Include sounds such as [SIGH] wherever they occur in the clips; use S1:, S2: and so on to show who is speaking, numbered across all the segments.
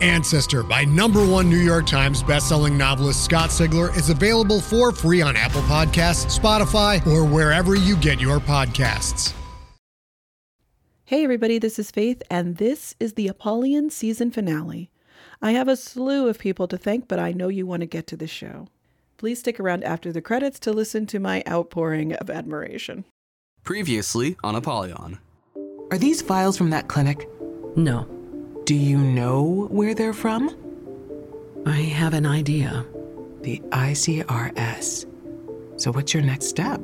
S1: Ancestor by number one New York Times bestselling novelist Scott Sigler is available for free on Apple Podcasts, Spotify, or wherever you get your podcasts.
S2: Hey, everybody, this is Faith, and this is the Apollyon season finale. I have a slew of people to thank, but I know you want to get to the show. Please stick around after the credits to listen to my outpouring of admiration.
S3: Previously on Apollyon.
S4: Are these files from that clinic?
S5: No,
S4: Do you know where they're from?
S5: I have an idea.
S4: The ICRS. So, what's your next step?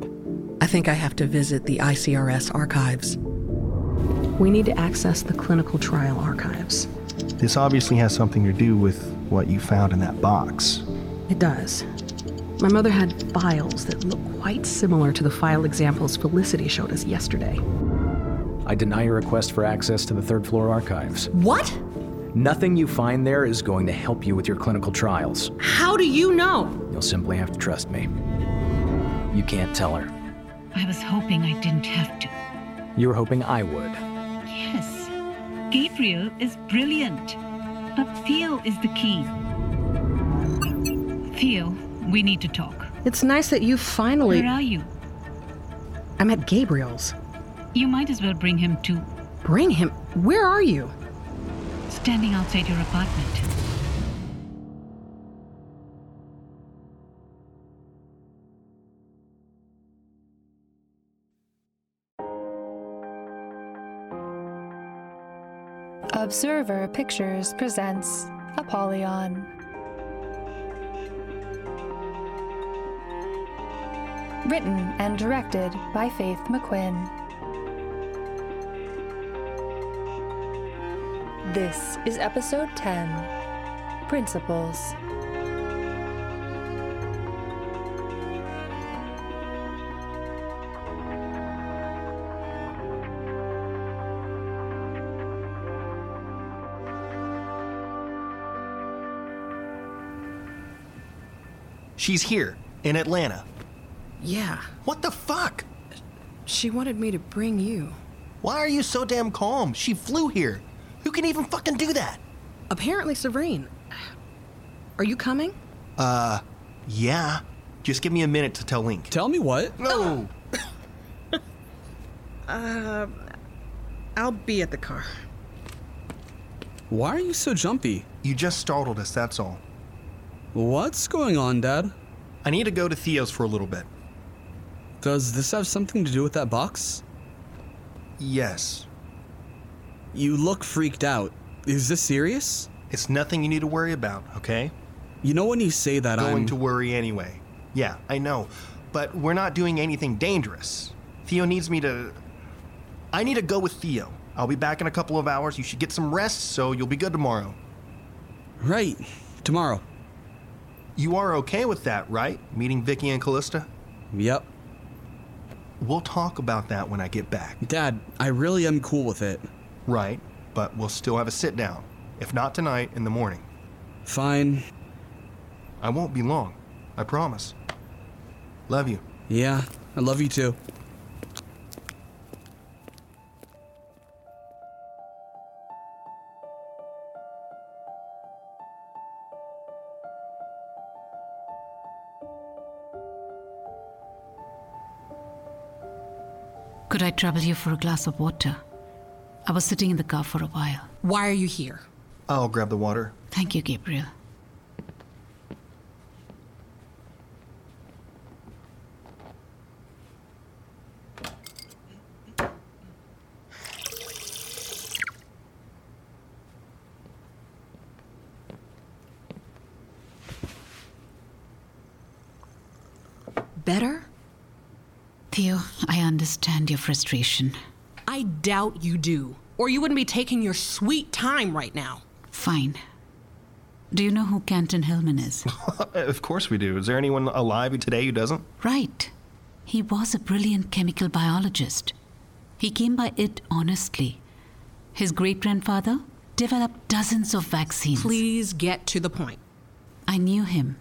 S5: I think I have to visit the ICRS archives. We need to access the clinical trial archives.
S6: This obviously has something to do with what you found in that box.
S5: It does. My mother had files that look quite similar to the file examples Felicity showed us yesterday.
S7: I deny your request for access to the third floor archives.
S8: What?
S7: Nothing you find there is going to help you with your clinical trials.
S8: How do you know?
S7: You'll simply have to trust me. You can't tell her.
S9: I was hoping I didn't have to.
S7: You were hoping I would.
S9: Yes. Gabriel is brilliant. But Theo is the key. Theo, we need to talk.
S5: It's nice that you finally.
S9: Where are you?
S5: I'm at Gabriel's.
S9: You might as well bring him too.
S5: Bring him. Where are you?
S9: Standing outside your apartment.
S10: Observer Pictures presents Apollyon. Written and directed by Faith McQuinn. This is episode 10 Principles.
S6: She's here, in Atlanta.
S5: Yeah.
S6: What the fuck?
S5: She wanted me to bring you.
S6: Why are you so damn calm? She flew here. Who can even fucking do that?
S5: Apparently, Serene. Are you coming?
S6: uh, Yeah. Just give me a minute to tell Link.
S3: Tell me what?
S6: No!
S2: Uh, I'll be at the car.
S3: Why are you so jumpy?
S6: You just startled us, that's all.
S3: What's going on, Dad?
S6: I need to go to Theo's for a little bit.
S3: Does this have something to do with that box?
S6: Yes.
S3: You look freaked out. Is this serious?
S6: It's nothing you need to worry about, okay?
S3: You know when you say that
S6: Going
S3: I'm
S6: to worry anyway. Yeah, I know. But we're not doing anything dangerous. Theo needs me to. I need to go with Theo. I'll be back in a couple of hours. You should get some rest, so you'll be good tomorrow.
S3: right tomorrow.
S6: You are okay with that, right? Meeting Vicky and Callista?
S3: Yep.
S6: We'll talk about that when I get back.
S3: Dad, I really am cool with it.
S6: Right, but we'll still have a sit down. If not tonight, in the morning.
S3: Fine.
S6: I won't be long. I promise. Love you.
S3: Yeah, I love you too.
S9: Could I trouble you for a glass of water? I was sitting in the car for a while.
S8: Why are you here?
S6: I'll grab the water. [LAUGHS]
S9: Thank you, Gabriel.
S8: Better?
S9: Theo, I understand your frustration.
S8: I doubt you do, or you wouldn't be taking your sweet time right now.
S9: Fine. Do you know who Canton Hillman is?
S6: of course we do. Is there anyone alive today who doesn't?
S9: right. He was a brilliant chemical biologist. He came by it honestly. His great grandfather developed dozens of vaccines.
S8: Please get to the point.
S9: I knew him.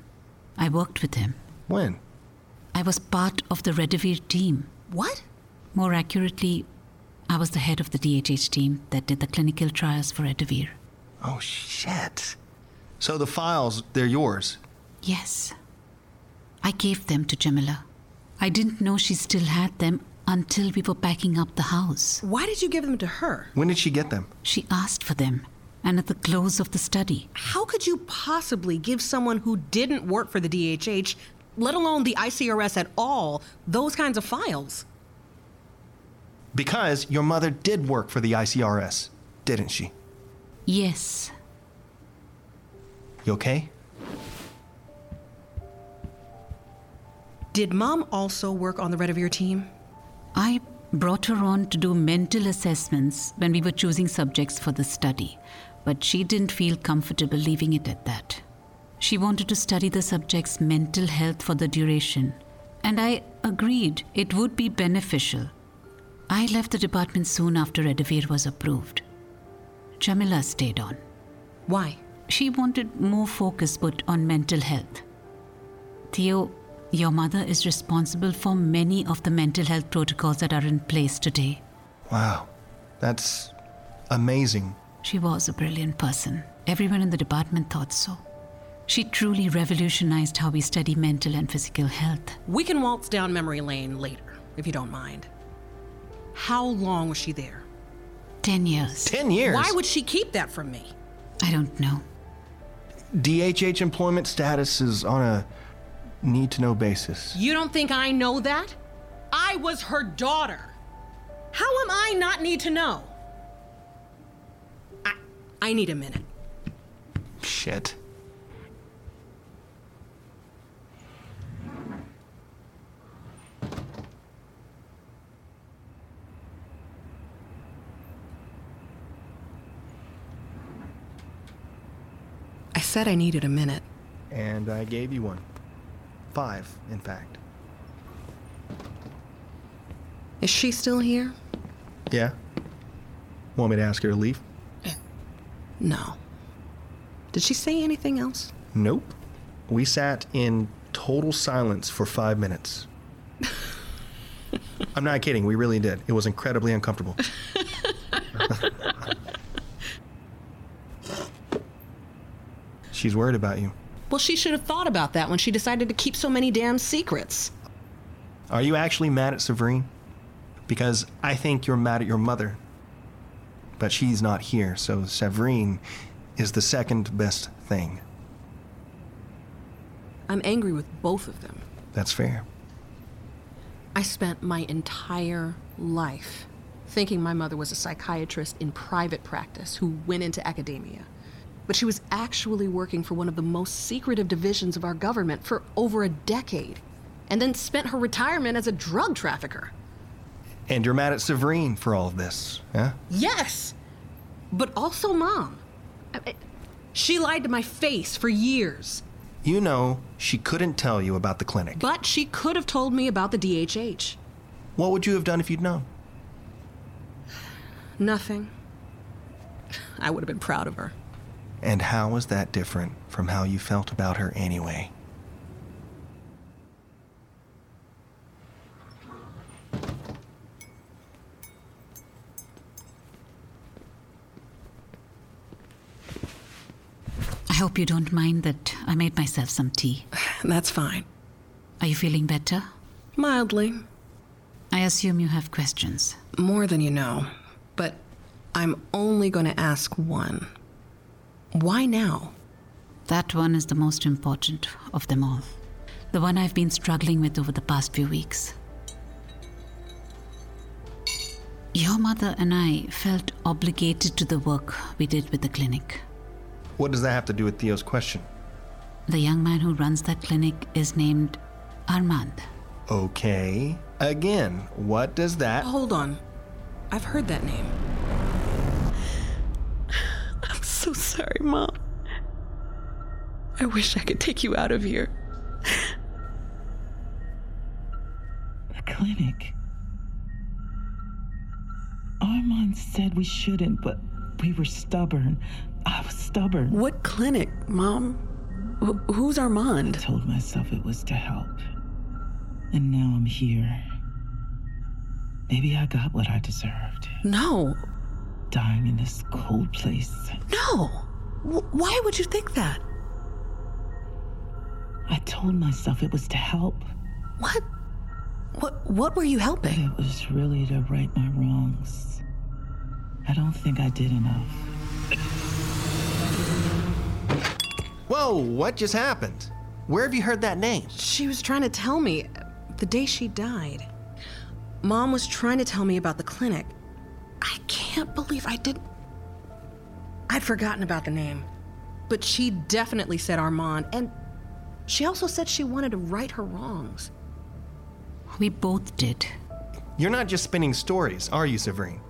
S9: I worked with him.
S6: When?
S9: I was part of the Redivir team.
S8: What?
S9: More accurately, I was the head of the DHH team that did the clinical trials for Redivir.
S6: Oh, shit. So the files, they're yours.
S9: Yes. I gave them to Jamila. I didn't know she still had them until we were packing up the house.
S8: Why did you give them to her?
S6: When did she get them?
S9: She asked for them, and at the close of the study.
S8: How could you possibly give someone who didn't work for the DHH, let alone the ICRS at all, those kinds of files?
S6: Because your mother did work for the ICRS, didn't she?
S9: Yes,
S6: You okay?
S8: Did mom also work on the Redivir team?
S9: I brought her on to do mental assessments when we were choosing subjects for the study, but she didn't feel comfortable leaving it at that. She wanted to study the subject's mental health for the duration, and I agreed it would be beneficial. I left the department soon after Redivir was approved. Jamila stayed on.
S8: Why?
S9: She wanted more focus put on mental health. Theo, your mother is responsible for many of the mental health protocols that are in place today.
S6: Wow. That's amazing.
S9: She was a brilliant person. Everyone in the department thought so. She truly revolutionized how we study mental and physical health.
S8: We can waltz down memory lane later, if you don't mind. How long was she there?
S9: Ten years.
S6: Ten years?
S8: Why would she keep that from me?
S9: I don't know.
S6: DHH employment status is on a need to know basis.
S8: You don't think I know that? I was her daughter. How am I not need to know? I, I need a minute.
S6: Shit.
S8: I said I needed a minute.
S6: And I gave you one. Five, in fact.
S8: Is she still here?
S6: Yeah? Want me to ask her to leave?
S8: No. Did she say anything else?
S6: Nope. We sat in total silence for five minutes. I'm not kidding, we really did. It was incredibly uncomfortable. She's worried about you.
S8: Well, she should have thought about that when she decided to keep so many damn secrets.
S6: Are you actually mad at Severine? Because I think you're mad at your mother. But she's not here, so Severine is the second best thing.
S8: I'm angry with both of them.
S6: That's fair.
S8: I spent my entire life thinking my mother was a psychiatrist in private practice who went into academia. But she was actually working for one of the most secretive divisions of our government for over a decade, and then spent her retirement as a drug trafficker.
S6: And you're mad at Severine for all of this, huh?
S8: Yes, but also mom. I- I- She lied to my face for years,
S6: You know she couldn't tell you about the clinic.
S8: but she could have told me about the DHH.
S6: What would you have done if you'd known?
S8: Nothing. I would have been proud of her.
S6: And how is that different from how you felt about her anyway?
S9: I hope you don't mind that I made myself some tea.
S8: [SIGHS] That's fine.
S9: Are you feeling better?
S8: Mildly.
S9: I assume you have questions.
S8: More than you know. But I'm only going to ask one. Why now?
S9: That one is the most important of them all. The one I've been struggling with over the past few weeks. Your mother and I felt obligated to the work we did with the clinic.
S6: What does that have to do with Theo's question?
S9: The young man who runs that clinic is named Armand.
S6: Okay. Again, what does that.
S9: Oh.
S8: Hold on. I've heard that
S9: [SIGHS]
S8: name. I'm so sorry, Mom. I wish I could take you out of here.
S11: The clinic. Armand said we shouldn't, but we were stubborn. I was stubborn.
S5: What clinic, Mom? Wh- who's Armand?
S11: I told myself it was to help. And now I'm here. Maybe I got what I deserved.
S5: No.
S11: Dying in this cold place.
S5: No. Wh- why would you think that?
S11: I told myself it was to help.
S5: What? What what were you helping?
S11: It was really to right my wrongs. I don't think I did enough.
S6: Whoa, what just happened? Where have you heard that name?
S8: She was trying to tell me uh, the day she died. Mom was trying to tell me about the clinic. I can't believe I did. I'd forgotten about the name. But she definitely said Armand, and she also said she wanted to right her wrongs.
S9: We both did.
S6: You're not just spinning stories, are you, Severine?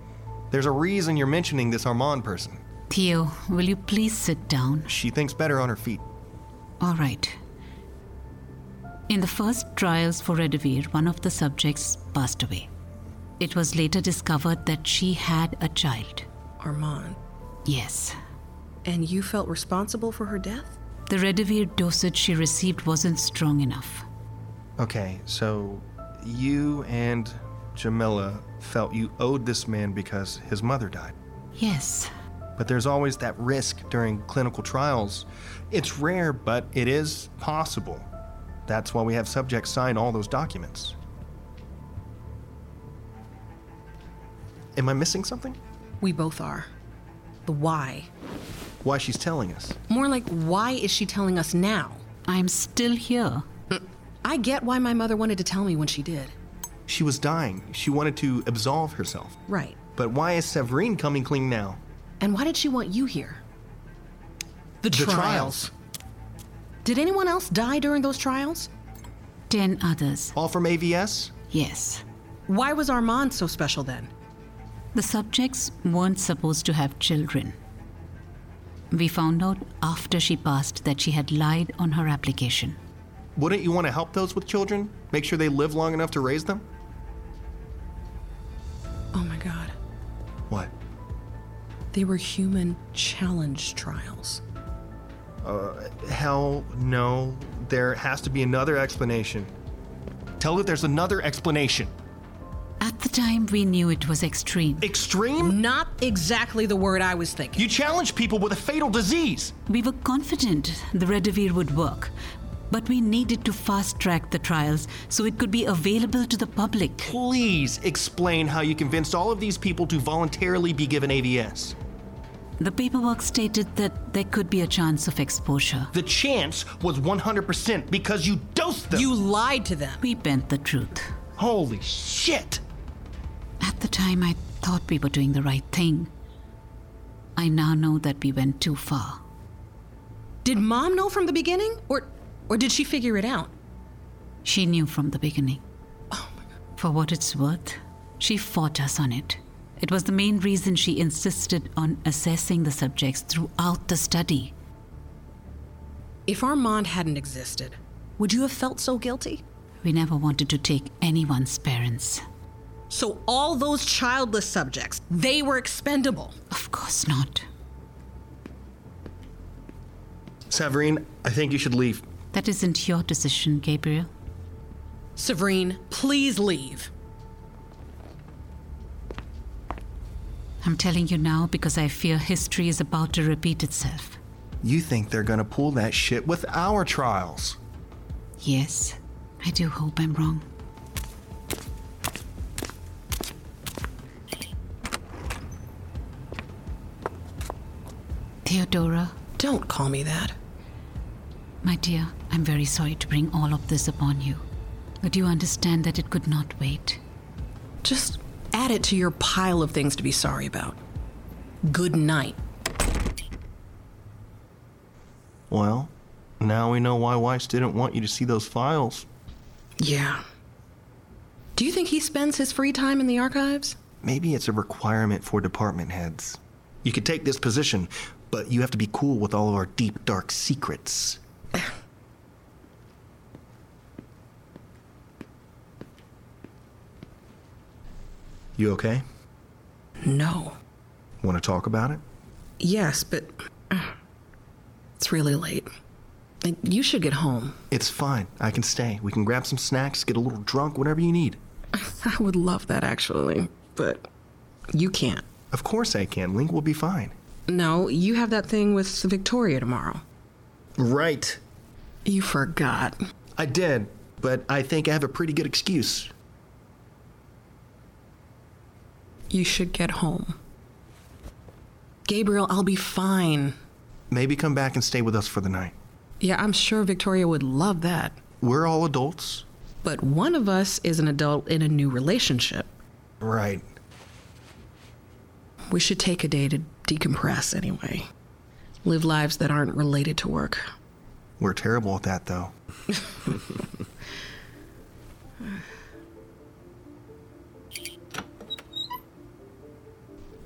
S6: There's a reason you're mentioning this Armand person.
S9: Theo, will you please sit down?
S6: She thinks better on her feet.
S9: All right. In the first trials for Redivir, one of the subjects passed away. It was later discovered that she had a child.
S8: Armand.
S9: Yes.
S8: And you felt responsible for her death?
S9: The Redivir dosage she received wasn't strong enough.
S6: Okay, so you and Jamila felt you owed this man because his mother died.
S9: Yes.
S6: But there's always that risk during clinical trials. It's rare, but it is possible. That's why we have subjects sign all those documents. Am I missing something?
S8: We both are. The why.
S6: Why she's telling us.
S8: More like, why is she telling us now? Mm,
S9: I'm still here.
S8: I get why my mother wanted to tell me when she did.
S6: She was dying. She wanted to absolve herself.
S8: Right.
S6: But why is Severine coming clean now?
S8: And why did she want you here? The,
S6: trials.
S8: Did anyone else die during those trials?
S9: Ten others.
S6: All from AVS?
S9: Yes.
S8: Why was Armand so special then?
S9: The subjects weren't supposed to have children. We found out after she passed that she had lied on her application.
S6: Wouldn't you want to help those with children? Make sure they live long enough to raise them?
S8: Oh my god.
S6: What?
S8: They were human challenge trials.
S6: Uh, hell no. There has to be another explanation. Tell her there's another explanation.
S9: At the time, we knew it was extreme.
S6: Extreme?
S8: Not exactly the word I was thinking.
S6: You challenge people with a fatal disease.
S9: We were confident the Redivir would work, but we needed to fast track the trials so it could be available to the public.
S6: Please explain how you convinced all of these people to voluntarily be given AVS.
S9: The paperwork stated that there could be a chance of exposure.
S6: The chance was 100% because you dosed them.
S8: You lied to them.
S9: We bent the truth.
S6: Holy shit!
S9: At the time, I thought we were doing the right thing. I now know that we went too far.
S8: Did mom know from the beginning? Or or did she figure it out? Oh
S9: She knew from the beginning. For what it's worth, she fought us on it. It was the main reason she insisted on assessing the subjects throughout the study.
S8: If Armand hadn't existed, would you have felt so guilty?
S9: We never wanted to take anyone's parents.
S8: So all those childless subjects, they were expendable.
S9: Of course not.
S6: Severine, I think you should leave.
S9: That isn't your decision, Gabriel.
S8: Severine, please leave.
S9: I'm telling you now because I fear history is about to repeat itself.
S6: You think they're gonna pull that shit with our trials.
S9: Yes, I do hope I'm wrong. Theodora,
S8: Don't call me that.
S9: my dear, I'm very sorry to bring all of this upon you. But you understand that it could not wait.
S8: Just add it to your pile of things to be sorry about. Good night.
S6: Well, now we know why Weiss didn't want you to see those files.
S8: Yeah. Do you think he spends his free time in the archives?
S6: Maybe it's a requirement for department heads. You could take this position, but you have to be cool with all of our deep, dark secrets. You okay?
S8: No.
S6: Want to talk about it?
S8: Yes, but [SIGHS] uh, it's really late. Like, You should get home.
S6: It's fine. I can stay. We can grab some snacks, get a little drunk, whatever you need.
S8: [LAUGHS] I would love that, actually, but you can't.
S6: Of course I can. Link will be fine.
S8: No, you have that thing with Victoria tomorrow.
S6: Right.
S8: You forgot.
S6: I did, but I think I have a pretty good excuse.
S8: You should get home. Gabriel, I'll be fine.
S6: Maybe come back and stay with us for the night.
S8: Yeah, I'm sure Victoria would love that.
S6: We're all adults.
S8: But one of us is an adult in a new relationship.
S6: Right.
S8: We should take a day to decompress anyway. Live lives that aren't related to work.
S6: We're terrible at
S8: [LAUGHS]
S6: that, though.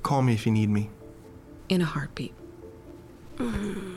S6: Call me if you need me.
S8: In a heartbeat. Hmm.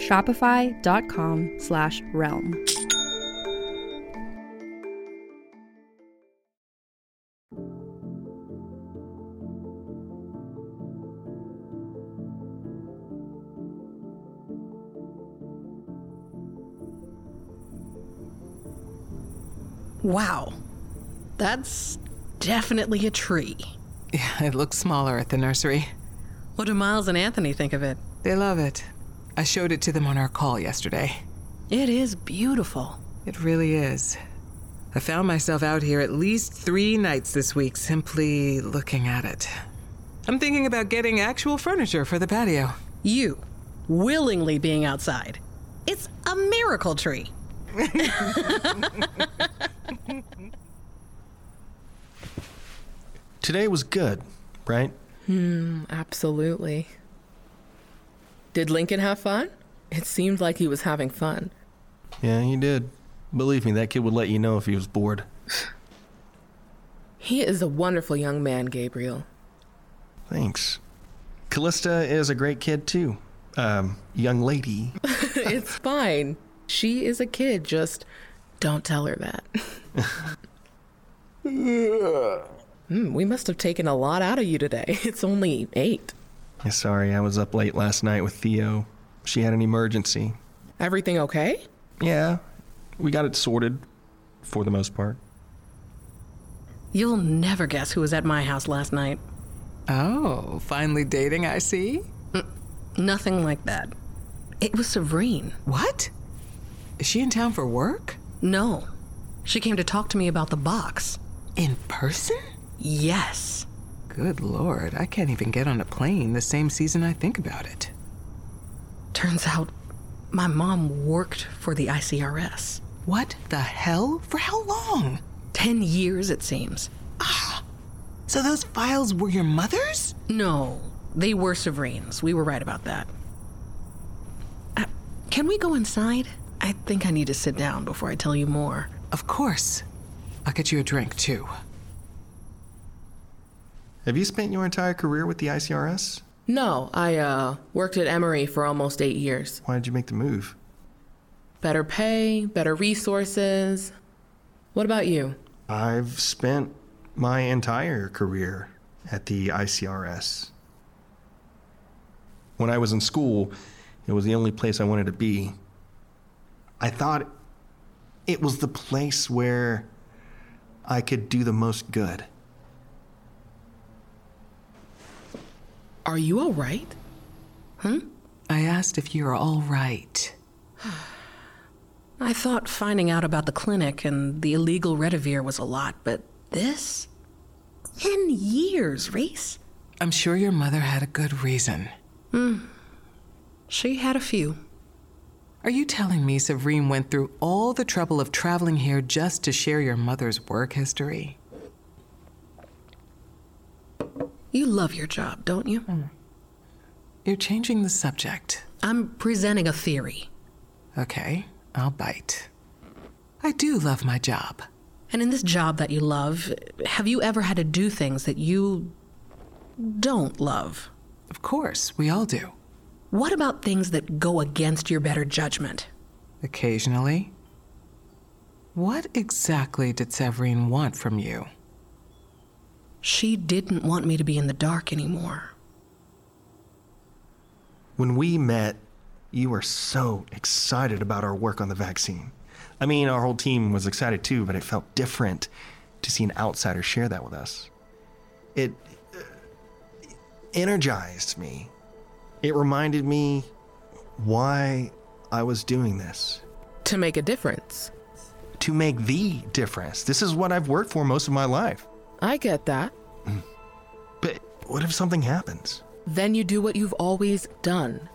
S12: shopify.com slash realm
S8: Wow. That's definitely a tree.
S4: Yeah, it looks smaller at the nursery.
S8: What do Miles and Anthony think of it?
S4: They love it. I showed it to them on our call yesterday.
S8: It is beautiful.
S4: It really is. I found myself out here at least three nights this week simply looking at it. I'm thinking about getting actual furniture for the patio.
S8: You, willingly being outside. It's a miracle tree.
S6: Today was good, right?
S13: Hmm, absolutely. Did Lincoln have fun? It seemed like he was having fun.
S6: Yeah, he did. Believe me, that kid would let you know if he was bored.
S13: He is a wonderful young man, Gabriel. [LAUGHS]
S6: Thanks. Callista is a great kid, too. Um, young lady.
S13: it's fine. She is a kid, just don't tell her that.
S6: [LAUGHS]
S13: Mm, we must have taken a lot out of you today. [LAUGHS] It's only eight.
S6: Yeah, Sorry, I was up late last night with Theo. She had an emergency.
S13: Everything okay?
S6: Yeah, we got it sorted for the most part.
S8: You'll never guess who was at my house last night.
S4: Oh, finally dating, I see.
S8: Mm, Nothing like that. It was Serene.
S4: What? Is she in town for work?
S8: No. She came to talk to me about the box.
S4: In person?
S8: Yes.
S4: Good lord, I can't even get on a plane the same season I think about it.
S8: Turns out my mom worked for the ICRS.
S4: What the hell? For how long? Ah,
S8: Ten years, it seems.
S4: So those files were your mother's?
S8: No, they were Severines. We were right about that. Uh, can we go inside? I think I need to sit down before I tell you more.
S4: Of course. I'll get you a drink, too.
S6: Have you spent your entire career with the ICRS?
S13: No, I uh, worked at Emory for almost eight years.
S6: Why did you make the move?
S13: Better pay, better resources. What about you?
S6: I've spent my entire career at the ICRS. When I was in school, it was the only place I wanted to be. I thought it was the place where I could do the most good.
S13: Are you all right?
S8: Hmm?
S4: I asked if you're all right.
S8: I thought finding out about the clinic and the illegal Redivir was a lot, but this? Ten years, Reese?
S4: I'm sure your mother had a good reason.
S8: Hmm. She had a few.
S4: Are you telling me Savrine went through all the trouble of traveling here just to share your mother's work history?
S8: You love your job, don't you?
S4: Hmm. You're changing the subject.
S8: I'm presenting a theory.
S4: Okay, I'll bite. I do love my job.
S8: And in this job that you love, have you ever had to do things that you don't love?
S4: Of course, we all do.
S8: What about things that go against your better judgment?
S4: Occasionally. What exactly did Severine want from you?
S8: She didn't want me to be in the dark anymore.
S6: When we met, you were so excited about our work on the vaccine. I mean, our whole team was excited too, but it felt different to see an outsider share that with us. It uh, energized me. It reminded me why I was doing this.
S13: To make a difference.
S6: To make the difference. This is what I've worked for most of my life.
S13: I get that.
S6: But what if something happens?
S13: Then you do what you've always done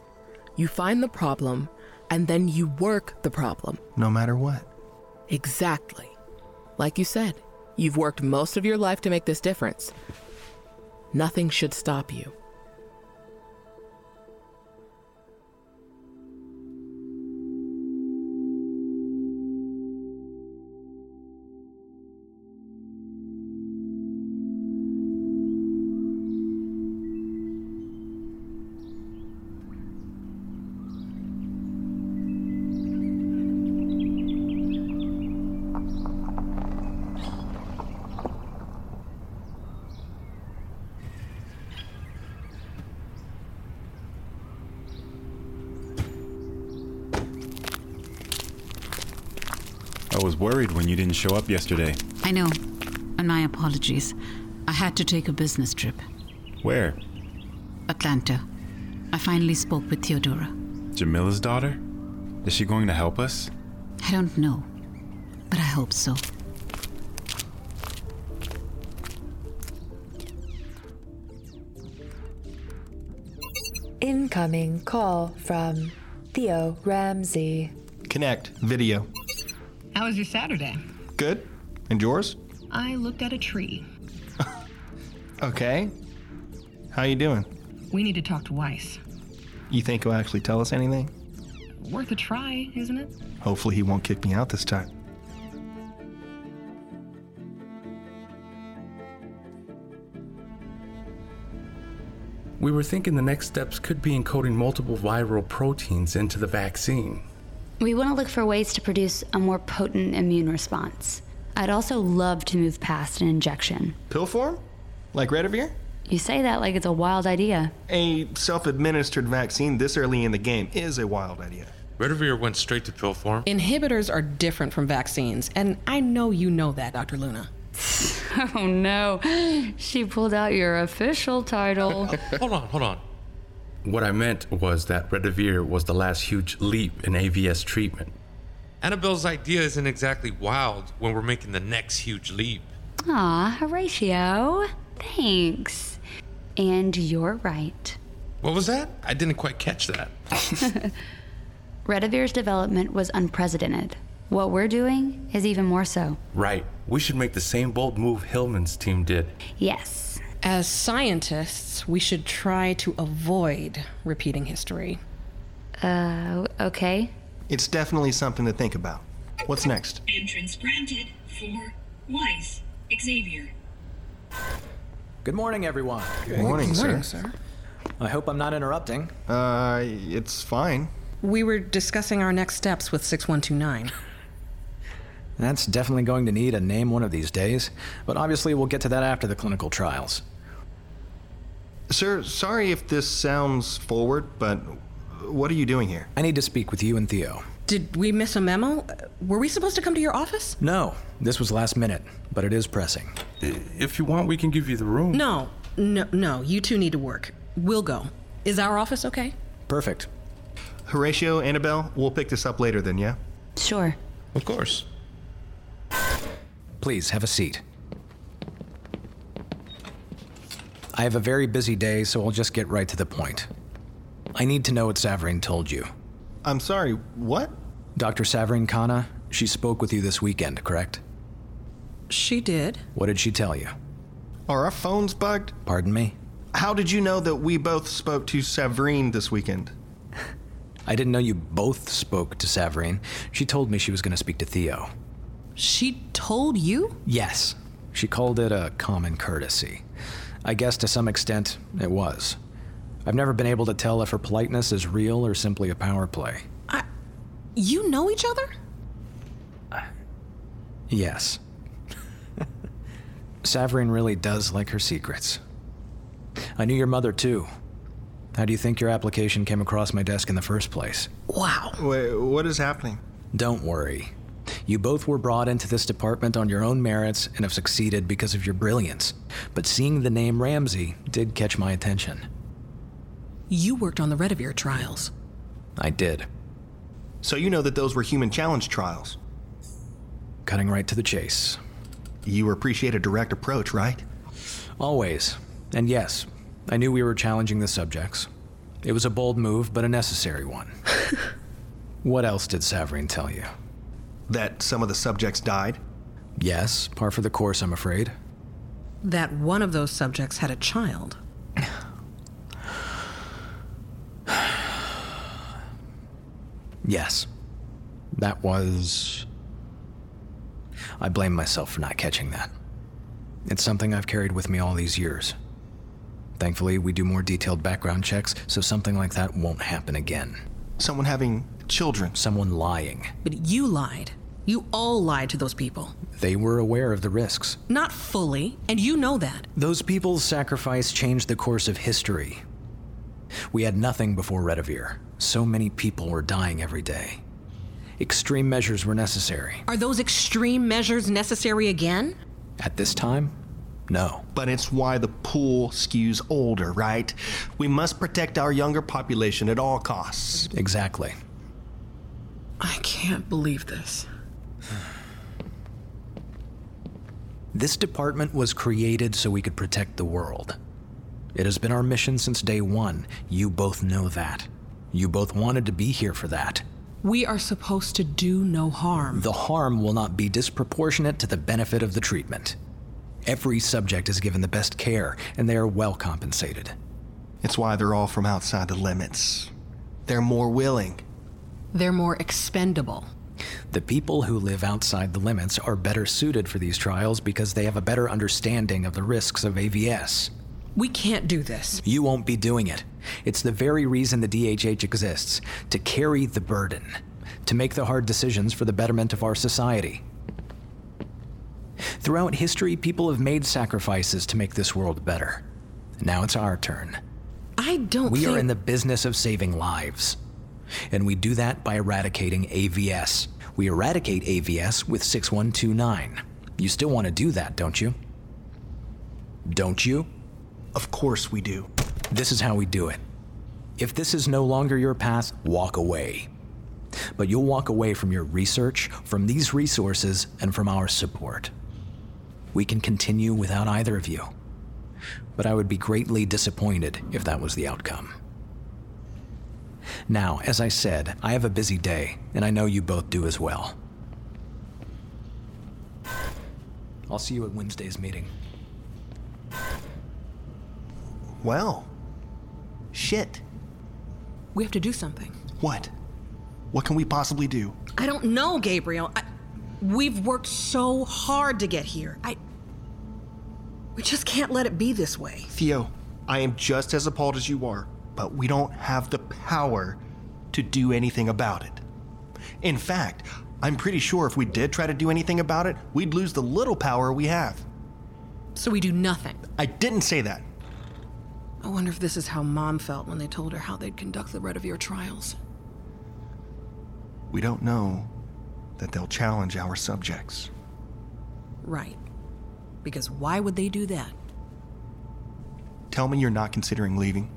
S13: you find the problem, and then you work the problem.
S6: No matter what.
S13: Exactly. Like you said, you've worked most of your life to make this difference. Nothing should stop you.
S14: I was worried when you didn't show up yesterday.
S9: I know, and my apologies. I had to take a business trip.
S14: Where?
S9: Atlanta. I finally spoke with Theodora.
S14: Jamila's daughter? Is she going to help us?
S9: I don't know, but I hope so.
S15: Incoming call from Theo Ramsey.
S6: Connect, video.
S16: How was your Saturday?
S6: Good? And yours?
S16: I looked at a tree.
S6: Okay. How you doing?
S16: We need to talk to Weiss.
S6: You think he'll actually tell us anything?
S16: worth a try, isn't it?
S6: Hopefully, he won't kick me out this time.
S17: We were thinking the next steps could be encoding multiple viral proteins into the vaccine.
S18: We want to look for ways to produce a more potent immune response. I'd also love to move past an injection.
S6: Pill form? Like Redivir?
S18: You say that like it's a wild idea.
S6: A self administered vaccine this early in the game is a wild idea.
S19: Redivir went straight to pill form.
S8: Inhibitors are different from vaccines, and I know you know that,
S16: [LAUGHS]
S8: Dr. Luna.
S18: Oh no, she pulled out your official title.
S19: hold on, hold on.
S17: What I meant was that Redivir was the last huge leap in AVS treatment.
S19: Annabelle's idea isn't exactly wild when we're making the next huge leap.
S18: Aw, Horatio. Thanks. And you're right.
S19: What was that? I didn't quite catch that.
S18: Redivir's development was unprecedented. What we're doing is even more so.
S17: Right. We should make the same bold move Hillman's team did.
S18: Yes.
S8: As scientists, we should try to avoid repeating history.
S18: Uh, okay.
S6: It's definitely something to think about. What's next?
S20: Entrance granted for Wise Xavier.
S7: Good morning, everyone.
S6: Good morning, sir.
S7: I hope I'm not interrupting.
S6: Uh, it's fine.
S8: We were discussing our next steps with 6129.
S7: That's definitely going to need a name one of these days, but obviously we'll get to that after the clinical trials.
S6: Sir, sorry if this sounds forward, but what are you doing here?
S7: I need to speak with you and Theo.
S8: Did we miss a memo? Were we supposed to come to your office?
S7: No, this was last minute, but it is pressing.
S17: If you want, we can give you the room.
S8: No, no, no. You two need to work. We'll go. Is our office okay?
S7: Perfect.
S6: Horatio, Annabelle, we'll pick this up later then, yeah?
S18: Sure.
S19: Of course.
S7: Please have a seat. I have a very busy day, so I'll just get right to the point. I need to know what Savareen told you.
S6: I'm sorry, what?
S7: Dr. Savareen Khanna, she spoke with you this weekend, correct?
S8: She did.
S7: What did she tell you?
S6: Are our phones bugged?
S7: Pardon me?
S6: How did you know that we both spoke to Savareen this weekend?
S7: I didn't know you both spoke to Savareen. She told me she was going to speak to Theo.
S8: She told you?
S7: Yes. She called it a common courtesy. I guess to some extent, it was. I've never been able to tell if her politeness is real or simply a power play.
S8: You know each other?
S7: Yes. Savareen really does like her secrets. I knew your mother, too. How do you think your application came across my desk in the first place?
S8: Wow.
S6: Wait, what is happening?
S7: Don't worry. You both were brought into this department on your own merits and have succeeded because of your brilliance. But seeing the name Ramsey did catch my attention.
S8: You worked on the Redivir trials.
S7: I did.
S6: So you know that those were human challenge trials.
S7: Cutting right to the chase.
S6: You appreciate a direct approach, right?
S7: Always. And yes, I knew we were challenging the subjects. It was a bold move, but a necessary
S6: [LAUGHS]
S7: one. what else did Savareen tell you?
S6: That some of the subjects died?
S7: Yes, par for the course, I'm afraid.
S8: That one of those subjects had a child.
S7: Yes. That was. I blame myself for not catching that. It's something I've carried with me all these years. Thankfully, we do more detailed background checks, so something like that won't happen again.
S6: Someone having children.
S7: Someone lying.
S8: But you lied. You all lied to those people.
S7: They were aware of the risks.
S8: Not fully, and you know that.
S7: Those people's sacrifice changed the course of history. We had nothing before Redivir. So many people were dying every day. Extreme measures were necessary.
S8: Are those extreme measures necessary again?
S7: At this time, no.
S6: But it's why the pool skews older, right? We must protect our younger population at all costs.
S7: Exactly.
S8: I can't believe this.
S7: This department was created so we could protect the world. It has been our mission since day one. You both know that. You both wanted to be here for that.
S8: We are supposed to do no harm.
S7: The harm will not be disproportionate to the benefit of the treatment. Every subject is given the best care, and they are well compensated.
S6: It's why they're all from outside the limits. They're more willing.
S8: They're more expendable.
S7: The people who live outside the limits are better suited for these trials because they have a better understanding of the risks of AVS.
S8: We can't do this.
S7: You won't be doing it. It's the very reason the DHH exists to carry the burden, to make the hard decisions for the betterment of our society. Throughout history, people have made sacrifices to make this world better. Now it's our turn.
S8: I don't
S7: We
S8: think
S7: are in the business of saving lives. And we do that by eradicating AVS. We eradicate AVS with 6129. You still want to do that, don't you? Don't you?
S6: Of course we do.
S7: This is how we do it. If this is no longer your path, walk away. But you'll walk away from your research, from these resources, and from our support. We can continue without either of you. But I would be greatly disappointed if that was the outcome. Now, as I said, I have a busy day, and I know you both do as well. I'll see you at Wednesday's meeting.
S6: Well, shit.
S8: we have to do something.
S6: What? What can we possibly do?
S8: I don't know, Gabriel. I, we've worked so hard to get here. I. We just can't let it be this way.
S6: Theo, I am just as appalled as you are, but we don't have the power to do anything about it. In fact, I'm pretty sure if we did try to do anything about it, we'd lose the little power we have.
S8: So we do nothing.
S6: I didn't say that.
S8: I wonder if this is how Mom felt when they told her how they'd conduct the Redivere trials.
S6: We don't know that they'll challenge our subjects.
S8: Right. Because why would they do that?
S6: Tell me you're not considering leaving.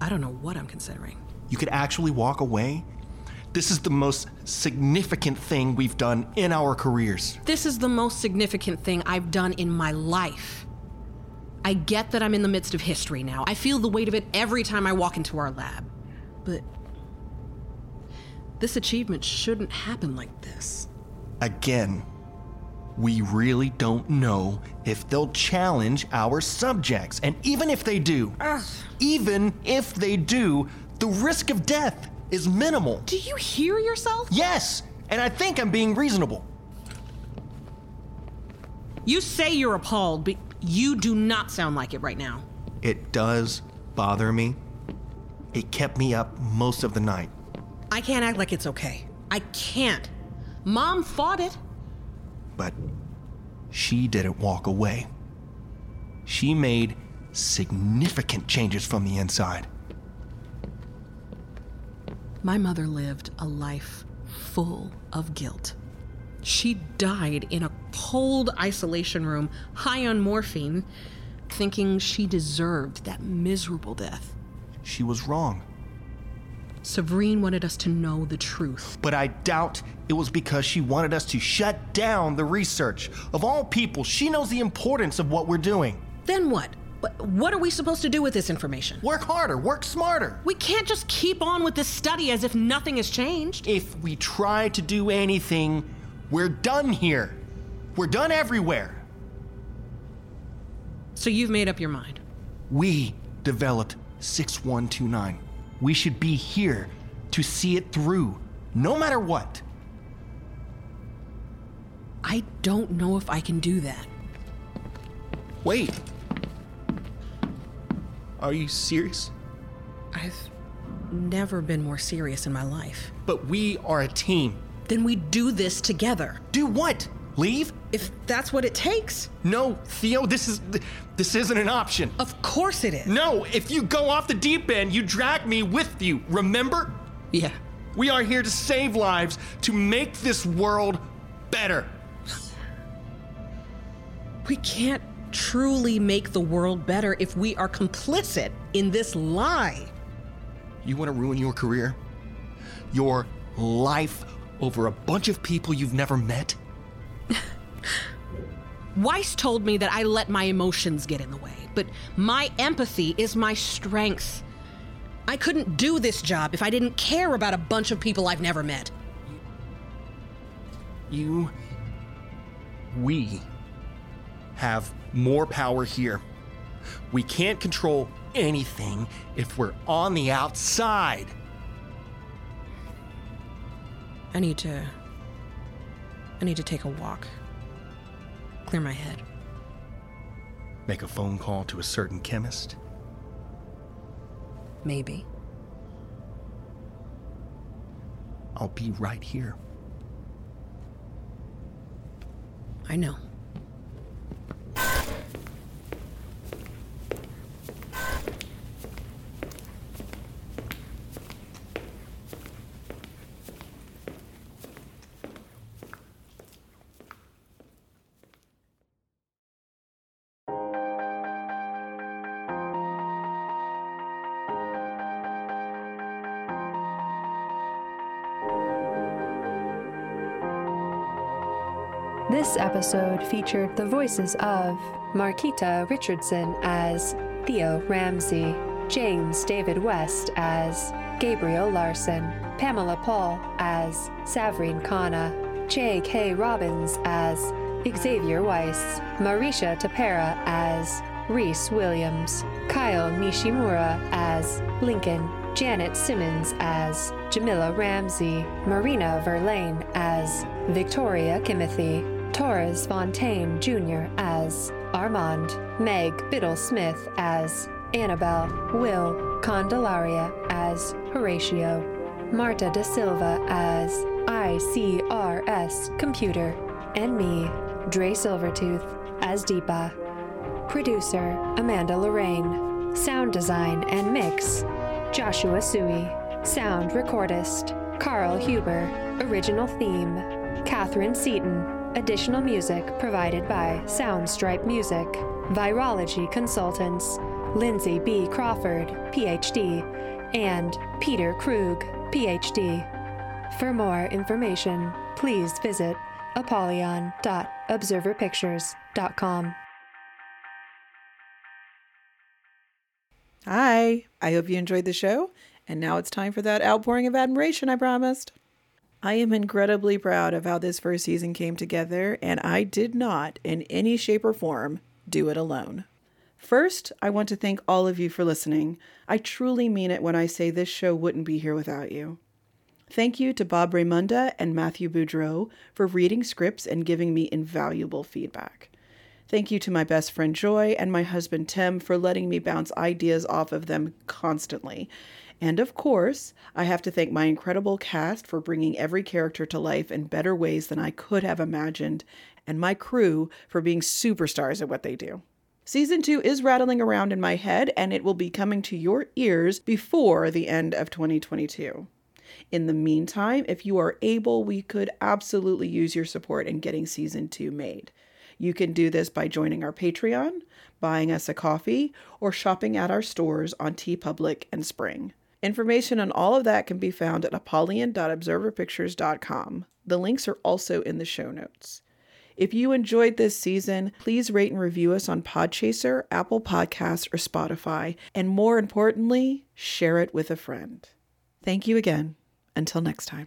S8: I don't know what I'm considering.
S6: You could actually walk away. This is the most significant thing we've done in our careers.
S8: This is the most significant thing I've done in my life. I get that I'm in the midst of history now. I feel the weight of it every time I walk into our lab. But this achievement shouldn't happen like this.
S6: Again, we really don't know if they'll challenge our subjects. And even if they do, even if they do, the risk of death is minimal.
S8: Do you hear yourself?
S6: Yes, and I think I'm being reasonable.
S8: You say you're appalled, but you do not sound like it right now.
S6: It does bother me. It kept me up most of the night.
S8: I can't act like it's okay. I can't. Mom fought it.
S6: but she didn't walk away. She made significant changes from the inside.
S8: My mother lived a life full of guilt. She died in a cold isolation room, high on morphine, thinking she deserved that miserable death.
S6: She was wrong,
S8: Savrine wanted us to know the truth.
S6: but I doubt it was because she wanted us to shut down the research. Of all people, she knows the importance of what we're doing.
S8: Then what? Wh- What are we supposed to do with this information?
S6: Work harder, work smarter.
S8: We can't just keep on with this study as if nothing has changed.
S6: If we try to do anything, we're done here. We're done everywhere.
S8: So you've made up your mind.
S6: We developed 6129. We should be here to see it through, no matter what.
S8: I don't know if I can do that.
S6: Wait. Are you serious?
S8: I've never been more serious in my life.
S6: But we are a team.
S8: Then we do this together.
S6: Do what? Leave?
S8: If that's what it takes,
S6: No, Theo, this is this isn't an option.
S8: of course it is.
S6: No, if you go off the deep end, you drag me with you. Remember?
S8: Yeah.
S6: We are here to save lives, to make this world better.
S8: We can't truly make the world better if we are complicit in this lie.
S6: You want to ruin your career? Your life over a bunch of people you've never met?
S8: Weiss told me that I let my emotions get in the way, but my empathy is my strength. I couldn't do this job if I didn't care about a bunch of people I've never met.
S6: You. We have more power here. We can't control anything if we're on the outside.
S8: I need to. I need to take a walk. Clear my head.
S6: Make a phone call to a certain chemist.
S8: Maybe.
S6: I'll be right here.
S8: I know.
S15: This episode featured the voices of Marquita Richardson as Theo Ramsey, James David West as Gabriel Larson, Pamela Paul as Savrine Kana, J.K. Robbins as Xavier Weiss, Marisha Tapera as Reese Williams, Kyle Nishimura as Lincoln, Janet Simmons as Jamila Ramsey, Marina Verlaine as Victoria Kimothy, Torres Fontaine Jr. as Armand, Meg Biddle Smith as Annabelle, Will Condelaria as Horatio, Marta Da Silva as ICRS Computer, and me, Dre Silvertooth, as Deepa. Producer Amanda Lorraine. Sound design and mix Joshua Sui. Sound recordist Carl Huber. Original theme Catherine Seaton. Additional music provided by Soundstripe Music. Virology consultants Lindsay B. Crawford, PhD, and Peter Krug, PhD. For more information, please visit apollyon.observerpictures.com.
S2: Hi, I hope you enjoyed the show. And now it's time for that outpouring of admiration I promised. I am incredibly proud of how this first season came together, and I did not, in any shape or form, do it alone. First, I want to thank all of you for listening. I truly mean it when I say this show wouldn't be here without you. Thank you to Bob Raymunda and Matthew Boudreau for reading scripts and giving me invaluable feedback. Thank you to my best friend Joy and my husband Tim for letting me bounce ideas off of them constantly. And of course, I have to thank my incredible cast for bringing every character to life in better ways than I could have imagined, and my crew for being superstars at what they do. Season 2 is rattling around in my head, and it will be coming to your ears before the end of 2022. In the meantime, if you are able, we could absolutely use your support in getting season 2 made. You can do this by joining our Patreon, buying us a coffee, or shopping at our stores on TeePublic and Spring. Information on all of that can be found at apollyon.observerpictures.com. The links are also in the show notes. If you enjoyed this season, please rate and review us on Podchaser, Apple Podcasts, or Spotify, and more importantly, share it with a friend. Thank you again. Until next time.